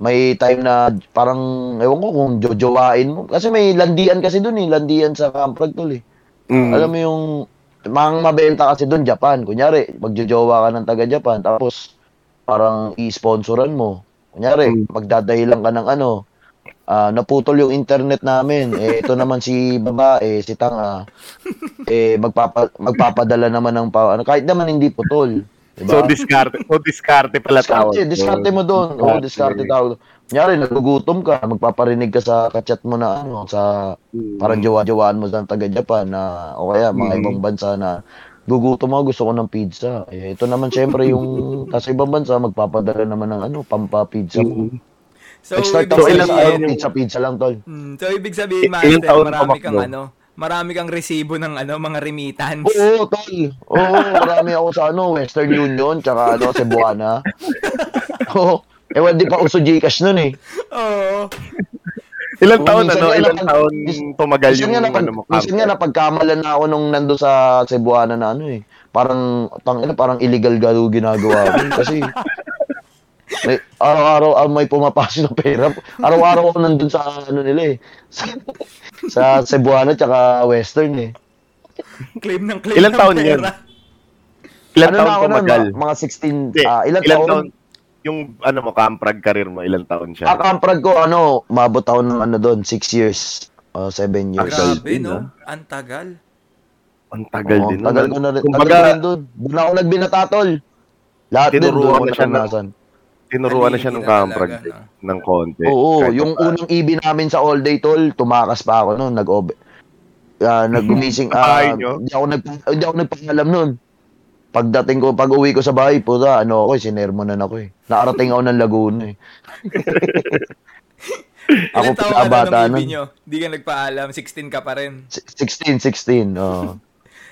S3: may time na parang, ewan ko kung jojowain mo. Kasi may landian kasi doon eh, landian sa Camprag tol eh.
S1: Mm.
S3: Alam mo yung, mang mabenta kasi doon, Japan. Kunyari, magjojowa ka ng taga-Japan, tapos parang i-sponsoran mo. Kunyari,
S1: Mm.
S3: magdadahilan ka ng ano, ah, naputol yung internet namin. Eh, ito naman si babae, si tanga. Eh, magpapa, magpapadala naman ng pa, ano, kahit naman hindi putol.
S1: So,
S3: Diba?
S1: discarte. So, discarte pala tawag. Hmm.
S3: Diskarte, diskarte mo doon. Oo, diskarte tawag. doon. Kunyari, nagugutom ka, magpaparinig ka sa kachat mo na ano, sa parang jowa-jowaan mo sa taga-Japan na, o kaya mga
S1: Mm.
S3: ibang bansa na, gugutom ako, gusto ko ng pizza. Eh, ito naman syempre yung, nasa ibang bansa, magpapadala naman ng ano, pampa-pizza
S1: Mm.
S3: mo.
S2: So,
S3: Nag-start
S2: ibig
S3: ako
S1: ilang-
S3: sa ano,
S2: sabihin,
S1: ilang-
S3: pizza-pizza lang, tol.
S2: mm, so, ibig
S1: Il-
S2: sabihin,
S1: ilang
S2: Master,
S1: taon
S2: marami
S1: tumakbo?
S2: kang ano, marami kang resibo ng ano, mga remittance.
S3: Oo, tol. Oo, marami ako sa ano, Western Union, tsaka ano, Cebuana. [laughs] Oo. Ewan, di pa uso Gcash nun eh.
S2: Oo.
S1: Ilang
S3: Oo,
S1: taon,
S3: minsan
S1: ano?
S3: nga
S1: Ilang
S3: napag-
S1: taon
S3: mis-
S1: tumagal
S3: Minsan
S1: yung,
S3: nga, napag,
S1: ano mo,
S3: minsan nga napagkamalan na ako nung nando sa Cebuana na ano eh. Parang, tang, ina, parang illegal galo ginagawa ko.
S1: [laughs]
S3: Kasi, may, araw-araw ah, may pumapasok na pera. Araw-araw ako nandun sa ano nila eh. Sa, sa Cebuana tsaka Western eh.
S2: Claim ng claim
S1: Ilang
S2: ng
S1: taon
S2: pera.
S1: yun? Ilang
S3: ano
S1: taon
S3: na ako nun,
S1: tumagal?
S3: ma- mga 16,
S1: Hindi,
S3: ah, ilang,
S1: ilang
S3: taon?
S1: taon? Yung, ano mo, kamprag career mo, ilang taon siya?
S3: Ang kamprad Ah, ko, ano, mabot ako ng ano doon, 6 years. O, 7 years.
S1: Tagal
S2: Grabe,
S1: din, ah.
S2: no? Ang tagal.
S1: Ang tagal
S3: Oo,
S1: din. no?
S3: Tagal ko na rin.
S1: Kumbaga,
S3: tagal ko rin doon. Doon ako nagbinatatol. Lahat din
S1: Tinuruan
S3: doon
S1: mo siya ng-
S3: naranasan.
S1: tinuruan na siya ng eh.
S2: Haligi na
S1: kamprag
S2: talaga, no?
S1: ng konti.
S3: Oo,
S1: Kahit
S3: yung
S1: pa-
S3: unang EB namin sa all day tol, tumakas pa ako noon, nag-ob. Ah, nagumising
S1: Mm-hmm. Bahay
S3: ah,
S1: nyo?
S3: hindi ako nag hindi ako nagpaalam noon. Pagdating ko, pag-uwi ko sa bahay, puta, ano ako, eh, sinermonan ako eh. Naarating ako ng Laguna eh. ako
S2: Ilang taon ka na
S3: pinabata
S2: nung
S3: nun.
S2: ibig nyo? Di ka nagpaalam, 16 ka pa rin.
S3: Si- 16,
S1: [laughs]
S3: 16. Oh.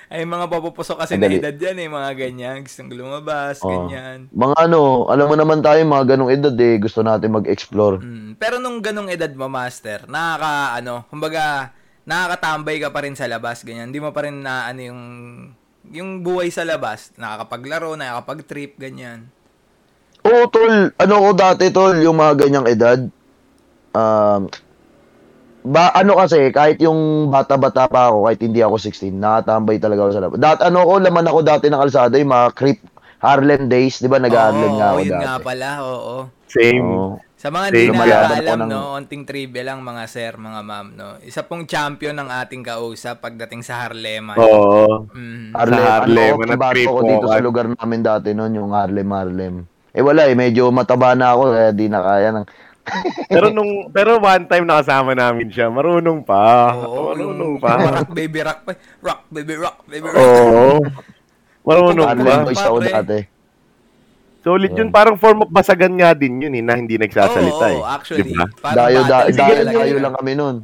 S2: Ay, mga papupusok kasi na
S3: Madali.
S2: edad yan eh, mga ganyan. Gustong lumabas,
S3: Oo.
S2: ganyan.
S3: Mga ano, alam mo naman tayo, mga ganong edad eh, gusto natin mag-explore.
S2: Mm, pero nung ganong edad mo, Master, nakaka, ano, kumbaga, nakakatambay ka pa rin sa labas, ganyan. Hindi mo pa rin na, ano, yung, yung buhay sa labas. Nakakapaglaro, nakakapag-trip, ganyan.
S3: Oo, tol. Ano ko dati, tol, yung mga ganyang edad. Um, ba, ano kasi, kahit yung bata-bata pa ako, kahit hindi ako 16, nakatambay talaga ako sa labas. Dat, ano ko, laman ako dati na kalsada, yung mga creep Harlem Days, di ba? Nag-Harlem nga ako
S2: yun
S3: dati.
S2: nga pala, oo.
S1: Same.
S3: Oo.
S2: Sa mga hindi
S1: Same.
S2: nakakaalam,
S3: Lumayaban ako ng-
S2: no, onting trivia lang, mga sir, mga ma'am, no. Isa pong champion ng ating kausap pagdating sa Harlema.
S3: Oh.
S1: Oo.
S3: [laughs]
S2: Mm.
S3: Harlem,
S1: Sa Harlem,
S3: ano,
S1: mga
S3: kabato ko
S1: creep
S3: dito sa
S1: walk.
S3: lugar namin dati noon, yung Harlem, Harlem. Eh wala eh, medyo mataba na ako, kaya di na kaya. Ng...
S1: Pero nung pero one time nakasama namin siya, marunong
S3: Ah,
S1: pa.
S2: Oo,
S1: marunong
S2: yung
S1: pa.
S3: [laughs]
S2: rock baby rock pa. Rock baby rock baby rock.
S1: Oo. Marunong
S2: Ano
S3: Harlem
S1: pa.
S2: ba?
S3: Boys ako
S2: Pare.
S3: dati.
S1: Solid yun. Parang form of basagan nga din yun eh, na hindi nagsasalita
S2: Oo,
S1: eh.
S2: actually.
S1: Diba?
S2: Parang
S3: Dayo, da,
S2: battle
S3: dayo,
S2: talaga
S3: dayo
S2: yun.
S3: lang kami noon.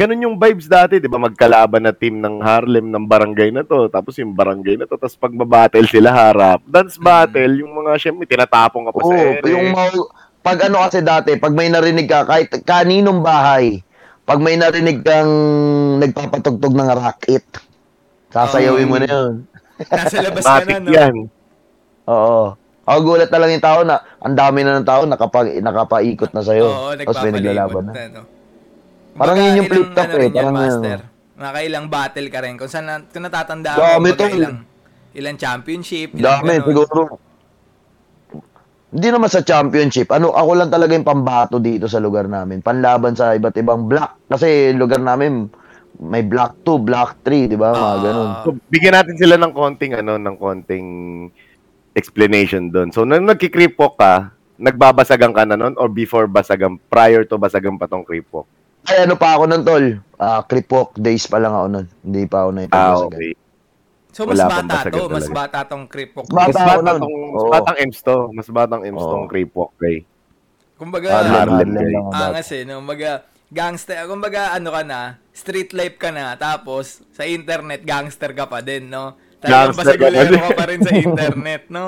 S1: Ganun yung vibes dati, di ba? Magkalaban na team ng Harlem ng barangay na to. Tapos yung barangay na to. Tapos pag babattle sila harap. Dance battle, yung mga siyempre tinatapong ka pa
S3: Mm. Oo,
S1: sa ere.
S3: yung mau pag ano kasi dati, pag may narinig ka kahit kaninong bahay, pag
S2: Mm.
S3: may narinig kang nagpapatugtog ng rocket, sasayawin mo na 'yun.
S2: Nasa labas ka na,
S1: Matik
S2: no?
S1: yan.
S3: Oo. Ako gulat na lang yung tao na ang dami na ng tao nakapag, nakapaikot na sa'yo.
S2: Oo,
S3: Tapos may naglalaban
S2: nagpapalibot
S3: na.
S2: na. no?
S3: Parang
S2: Baka
S3: yun yung
S2: ilang
S3: flip-top
S2: ano rin
S3: eh,
S2: yan,
S3: parang
S2: master. Nakailang battle ka rin. Kung saan, na- kung natatandaan
S3: Dami
S2: baka
S3: to.
S2: ilang, ilang championship. ilang
S3: Dami,
S2: ganun.
S3: siguro. Hindi naman sa championship. Ano, ako lang talaga yung pambato dito sa lugar namin. Panlaban sa iba't ibang block. Kasi lugar namin, may block 2, block 3, di ba? Mga
S2: Ah.
S3: ganun.
S1: So, bigyan natin sila ng konting ano, ng konting explanation doon. So, nung nagki-creepwalk ka, nagbabasagan ka na noon or before basagan, prior to basagan pa tong creepwalk?
S3: Ay, ano pa ako nun, tol? Ah, Crip Walk days pa lang ako nun. Hindi pa ako na ito.
S1: Ah, okay.
S2: So, mas
S1: Wala pang
S2: bata
S1: basagan
S2: to. Mas
S1: talaga.
S2: bata tong Kripok.
S1: Mas
S3: Bata ako
S1: bata
S3: nun.
S1: tong, mas
S3: Oo.
S1: batang Ems to. Mas batang Ems
S3: Oo.
S1: tong creepwalk, Ray.
S2: Kumbaga,
S1: Ah, Harlem,
S3: Harlem, Harlem
S1: guy.
S3: lang ako dati.
S2: angas eh. No? Kumbaga, gangster. Kumbaga, ano ka na, street life ka na. Tapos, sa internet, gangster ka pa din, no?
S1: Gangster ka
S2: Talagang
S1: pa
S2: basigulero
S1: din.
S2: ka pa rin sa internet, no?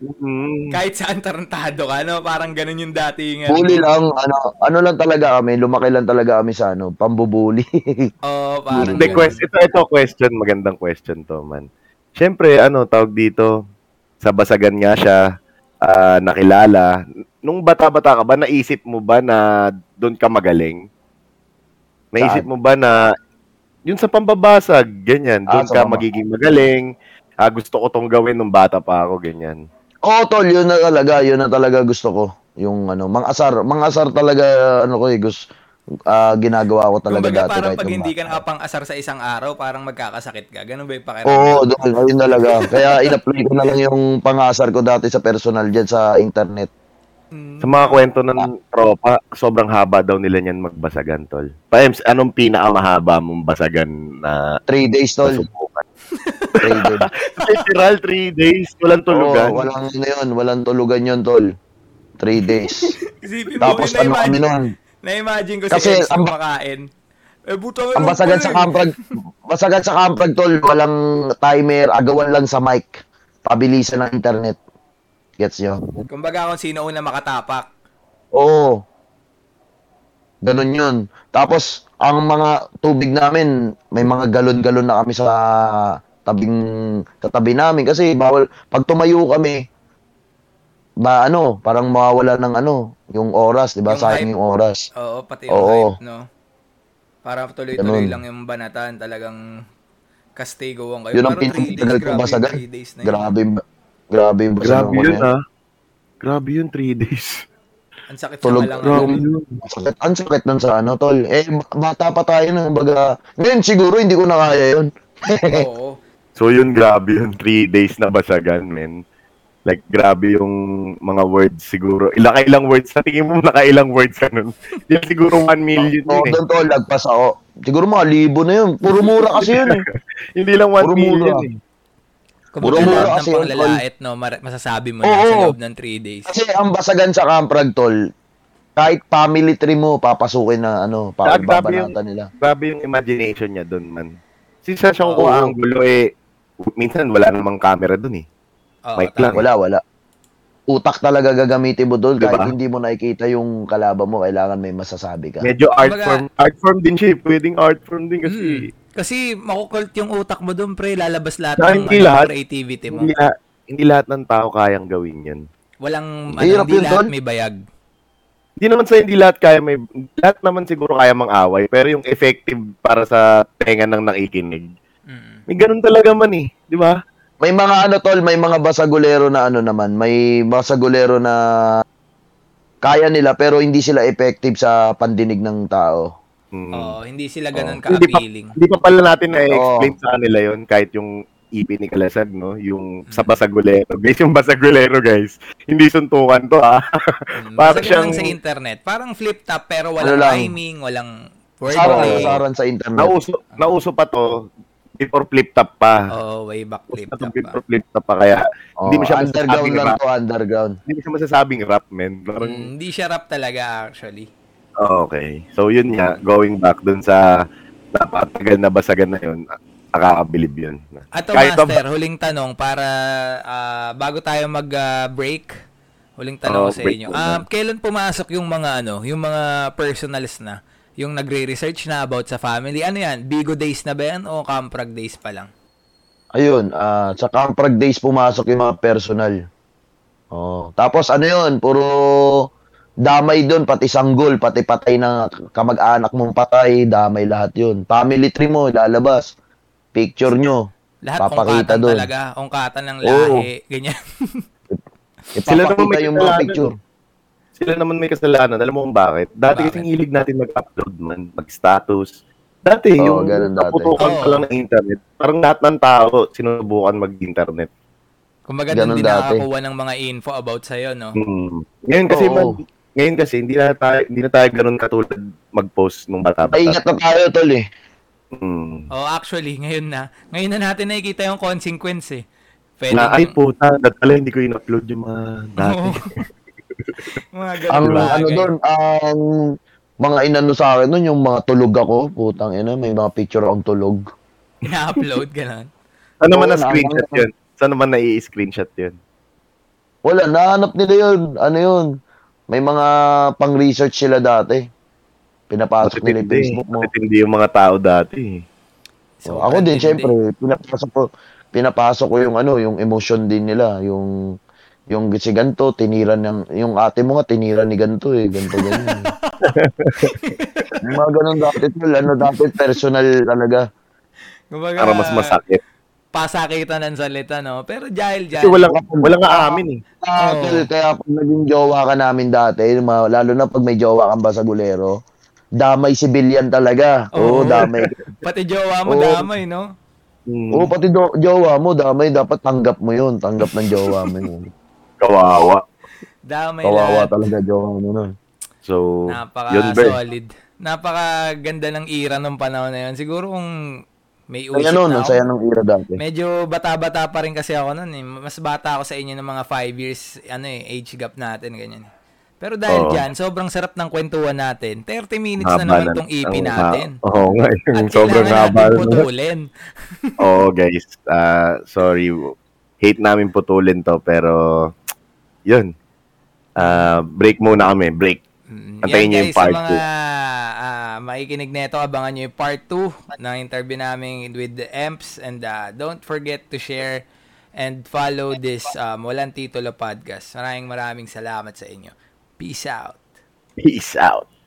S1: Mhm.
S2: Kahit saan tarantado ka, no? Parang ganun yung dating... ano,
S3: Bully lang, ano, ano lang talaga kami, lumaki lang talaga kami sa ano, pambubuli.
S2: Oo, parang
S1: Hindi,
S2: ganun.
S1: quest, ito, ito question, magandang question to, man. Siyempre, ano, tawag dito, sa basagan nga siya, ah, nakilala. Nung bata-bata ka ba, naisip mo ba na doon ka magaling? Naisip mo ba na, yun sa pambabasag, ganyan,
S3: Ah,
S1: doon
S3: sa
S1: ka
S3: mama.
S1: magiging magaling, ah, gusto ko tong gawin nung bata pa ako, ganyan.
S3: [laughs] Oo, tol, yun na talaga, yun na talaga gusto ko. Yung ano, mangasar, mangasar talaga, ano ko eh, gusto, ah, ginagawa ko talaga
S2: Kumbaga,
S3: dati.
S2: parang
S3: kahit
S2: pag
S3: nung
S2: hindi ka
S3: bata.
S2: nakapang-asar sa isang araw, parang magkakasakit ka. Ganun ba yung pakiramdam?
S3: Oo, tol, ayun talaga. Kaya in-apply ko na lang yung pangasar ko dati sa personal dyan sa internet.
S2: Mm.
S1: Sa mga kwento ng tropa, sobrang haba daw nila niyan magbasagan, tol. Paems, anong pinakamahaba mong basagan na
S3: Three days, tol.
S1: nasubukan?
S3: Three days.
S1: Literal, three days, walang tulugan.
S3: Oo, walang ano yun, walang tulugan yun, tol. Three days.
S2: [laughs] Isipin mo,
S3: Tapos ano kami
S2: na-imagine,
S3: nun,
S2: na-imagine ko si
S3: Kasi
S2: Ex
S3: ang-
S2: kumakain. Eh, buta ka
S3: Ang
S2: lang
S3: basagan
S2: pala
S3: sa
S2: eh.
S3: kamprag, basagan sa kamprag tol, walang timer, agawan lang sa mic. Pabilisan ng internet. Gets nyo?
S2: Kumbaga kung sino una makatapak.
S3: Oo. Ganun yun. Tapos, ang mga tubig namin, may mga galon-galon na kami sa tabing katabi namin kasi bawal pag tumayo kami ba ano parang mawawala ng ano yung oras di ba
S2: Yung
S3: sayang
S2: hype.
S3: yung oras
S2: Oo, pati yung
S3: Oo.
S2: hype, no? Para tuloy-tuloy
S3: Ganun.
S2: lang yung banatan. Talagang kastigo ang kayo.
S3: yun ang
S2: Parang three
S3: pinakatagal
S2: days,
S3: kong
S2: grabe,
S3: basagan
S2: three days na yun.
S3: grabe grabe yung basagan
S1: Grabe
S3: ko na
S1: yun,
S3: yun.
S1: ah. Grabe yun, three days.
S2: Ang sakit sa
S3: Tulog
S2: kalangan.
S3: [laughs]
S1: Grabe
S3: Yung-
S1: yun.
S3: Ang sakit, ang sakit nun sa ano, tol. Eh, ba- bata pa tayo nung baga. Ngayon, siguro hindi ko na kaya yun.
S2: Oo.
S1: So yun, grabe yun, three days na basagan, men. Like, grabe yung mga words siguro. Ilang ilang words, sa tingin mo nakailang words ka nun. [laughs] Yun siguro one million
S3: Oo,
S1: yun eh.
S3: doon, tol, lagpas ako. Siguro mga libo na yun. Puro mura kasi yun
S1: [laughs]
S3: eh.
S1: Hindi lang one
S3: Puro
S1: million
S3: mura.
S1: eh.
S2: Kung
S3: Puro mura
S2: magkakaroon ng
S3: kasi yun,
S2: panglalait, no? mar- Masasabi mo na
S3: Oo.
S2: sa loob ng three days.
S3: Kasi ang basagan sa Kamprag, tol, kahit family tree mo, papasukin na ano,
S1: Saan sabi yun?
S3: pababanatan nila.
S1: Grabe yung imagination niya dun, man. Since siya siyang
S3: Oo.
S1: kuha ang gulo eh, minsan wala namang camera dun eh.
S2: Oo,
S1: Mic
S2: tama.
S1: lang.
S3: Wala, wala. Utak talaga gagamitin mo doon
S1: Diba?
S3: kahit hindi mo nakikita yung kalaban mo, kailangan may masasabi ka.
S1: Medyo art
S2: Kumbaga-
S1: form. Art form din siya eh. Pwedeng art form din kasi.
S2: Mm. Kasi makukult yung utak mo doon, pre. Lalabas lahat
S1: Dahil
S2: ng
S1: hindi
S2: ano,
S1: lahat.
S2: creativity mo.
S1: Hindi, la- hindi lahat ng tao kayang gawin yun.
S2: Walang, ano,
S3: Hirap
S2: hindi
S3: yun,
S2: lahat
S3: tol.
S2: may bayag.
S1: Hindi naman sa hindi lahat kaya may lahat naman siguro kaya mang-away pero yung effective para sa tenga ng nakikinig.
S2: Mm.
S1: May ganun talaga man eh, di ba?
S3: May mga ano tol, may mga basagulero na ano naman, may basagulero na kaya nila pero hindi sila effective sa pandinig ng tao.
S1: Mm.
S2: Oo, hindi sila ganun
S1: Oo. Oh, Hindi pa-
S2: ka-appealing.
S1: Hindi pa pala natin na-explain sa kanila yon kahit yung ipi ni Kalasag, no?
S2: Mm.
S1: Yung sa basagulero. Guys, yung basagulero, guys. Hindi suntukan to, ah.
S2: Mm,
S1: Parang
S2: basta ganun
S1: siyang-
S2: sa internet. Parang flip-top pero walang
S3: Ano lang.
S2: timing, walang
S3: Sarang
S2: wordplay.
S3: kasaran sa internet.
S1: Nauso, nauso pa to before flip-top pa.
S2: Oo, way back
S1: Nauso
S2: flip-top.
S1: to Before flip-top pa. Kaya,
S3: Oh,
S1: hindi mo siya
S3: underground
S1: masasabing
S3: lang
S1: rap.
S3: to, underground.
S1: Hindi mo siya masasabing rap, man.
S2: ah.
S1: Parang,
S2: Mm, Hindi siya rap talaga actually.
S1: Oh, Okay. So yun nga, going back dun sa napatagal na basagan na yun, nakakabilib yun.
S2: Ato
S1: Kahit ang-
S2: master, Ah, huling tanong para ah, bago tayo mag-break. huling tanong
S3: Oh,
S1: Oo,
S2: ko sa
S1: break
S2: inyo.
S1: muna.
S2: Um, kailan pumasok yung mga ano, yung mga personals na, yung nagre-research na about sa family? Ano yan? Bigo days na ba yan o Camprag days pa lang?
S3: Ayun, ah sa Camprag Days pumasok yung mga personal. Oh, tapos ano 'yun, puro damay doon pati sanggol, pati patay na kamag-anak mong patay, damay lahat 'yun. Family tree mo lalabas. Picture nyo.
S2: Lahat
S3: Papakita
S2: ongkatan
S3: doon.
S2: talaga. Ongkatan ng lahi. Ganyan. [laughs]
S1: Sila naman
S3: Ipapakita
S1: may
S3: yung mga
S1: kasalanan.
S3: picture.
S1: Sila naman may kasalanan. Alam mo kung bakit? Dati
S2: Bakit?
S1: kasi hilig natin mag-upload man, mag-status. Dati
S3: Oo,
S1: yung
S3: ganun dati.
S1: kaputukan pa
S2: Oo.
S1: lang ng internet. Parang lahat ng tao sinubukan mag-internet.
S2: Kumbaga doon
S3: Ganun
S2: din
S3: dati.
S2: nakakuha ng mga info about sa'yo, no?
S1: Hmm. Ngayon kasi
S3: Oo.
S1: man- ngayon kasi hindi na tayo hindi na tayo ganun katulad mag-post nung bata-bata.
S3: Maingat na tayo tol eh.
S1: Hmm.
S2: Oh, actually, ngayon na. Ngayon na natin nakikita yung consequence, eh. Pwede
S1: Na ay
S2: kang-
S1: puta, natala hindi ko in-upload yung mga
S2: [laughs]
S1: dati.
S2: Oo. [laughs] mga
S1: Diba?
S2: ganun
S3: Ang
S2: bagay.
S3: ano
S2: [laughs]
S3: doon, ang mga inano sa akin nun, yung mga tulog ako, putang ina, may mga picture akong tulog.
S2: Ina-upload, ganun.
S1: Saan naman
S3: Oo,
S1: na-screenshot
S3: nakakaya.
S1: yun? Saan naman na-i-screenshot yun?
S3: Wala, nahanap nila yun. Ano yun? May mga pang-research sila dati. Pinapasok nila yung Facebook mo.
S1: Matitindi yung mga tao dati. eh.
S3: So, Oh, ako din,
S2: hindi.
S3: syempre, pinapasok ko, pinapasok ko yung ano, yung emotion din nila. Yung, yung si ganto, tinira ng, yung ate mo nga, tinira ni ganto eh, ganto ganyan. Yung mga ganun dati, tol, ano dati, personal talaga.
S2: Kumbaga,
S1: Para mas masakit.
S2: Pasakitan ng salita, no? Pero dahil dyan,
S1: Kasi walang, walang aamin eh.
S3: Ah,
S2: Oo.
S3: tol, kaya pag naging jowa ka namin dati, yung mga- lalo na pag may jowa kang basagulero, damay civilian talaga.
S2: Oo.
S3: Oo,
S2: [laughs]
S3: damay.
S2: pati jowa mo
S3: Oo.
S2: damay, no?
S1: Hmm.
S3: Oo, pati do- jowa mo, damay, dapat tanggap mo yun. Tanggap ng jowa mo
S2: [laughs]
S3: yun.
S1: Kawawa.
S2: Damay
S3: Kawawa
S2: lahat.
S3: talaga jowa mo nun.
S1: So, yun ba? eh.
S2: Napaka-solid. Napaka-ganda ng era ng panahon na yun. Siguro kung may
S3: Ang
S2: usip
S3: ano
S2: na
S3: nun,
S2: ako,
S3: saya ng era dati.
S2: medyo bata-bata pa rin kasi ako nun. Eh. Mas bata ako sa inyo ng mga 5 years ano eh, age gap natin. Ganyan. Pero dahil
S1: Oo.
S2: dyan, sobrang sarap ng kwentuhan natin. 30 minutes na
S1: Haba
S2: naman
S1: na-
S2: tong EP
S1: ang-
S2: natin.
S1: Oo oh, nga, yung
S2: At
S1: [laughs] sobrang
S2: kailangan
S1: haba.
S2: natin
S1: na-
S2: putulin.
S1: Oo guys, ah, sorry. Hate namin putulin to, pero yun. Ah, break muna kami, break.
S2: Mm,
S1: Antayin
S2: yan,
S1: niyo yung
S2: guys, sa
S1: part
S2: mga ah, makikinig nito, abangan niyo yung part 2 ng interview namin with the Emps. And ah, don't forget to share and follow this um, Walang Titulo podcast. Maraming maraming salamat sa inyo. Peace out.
S1: Peace out.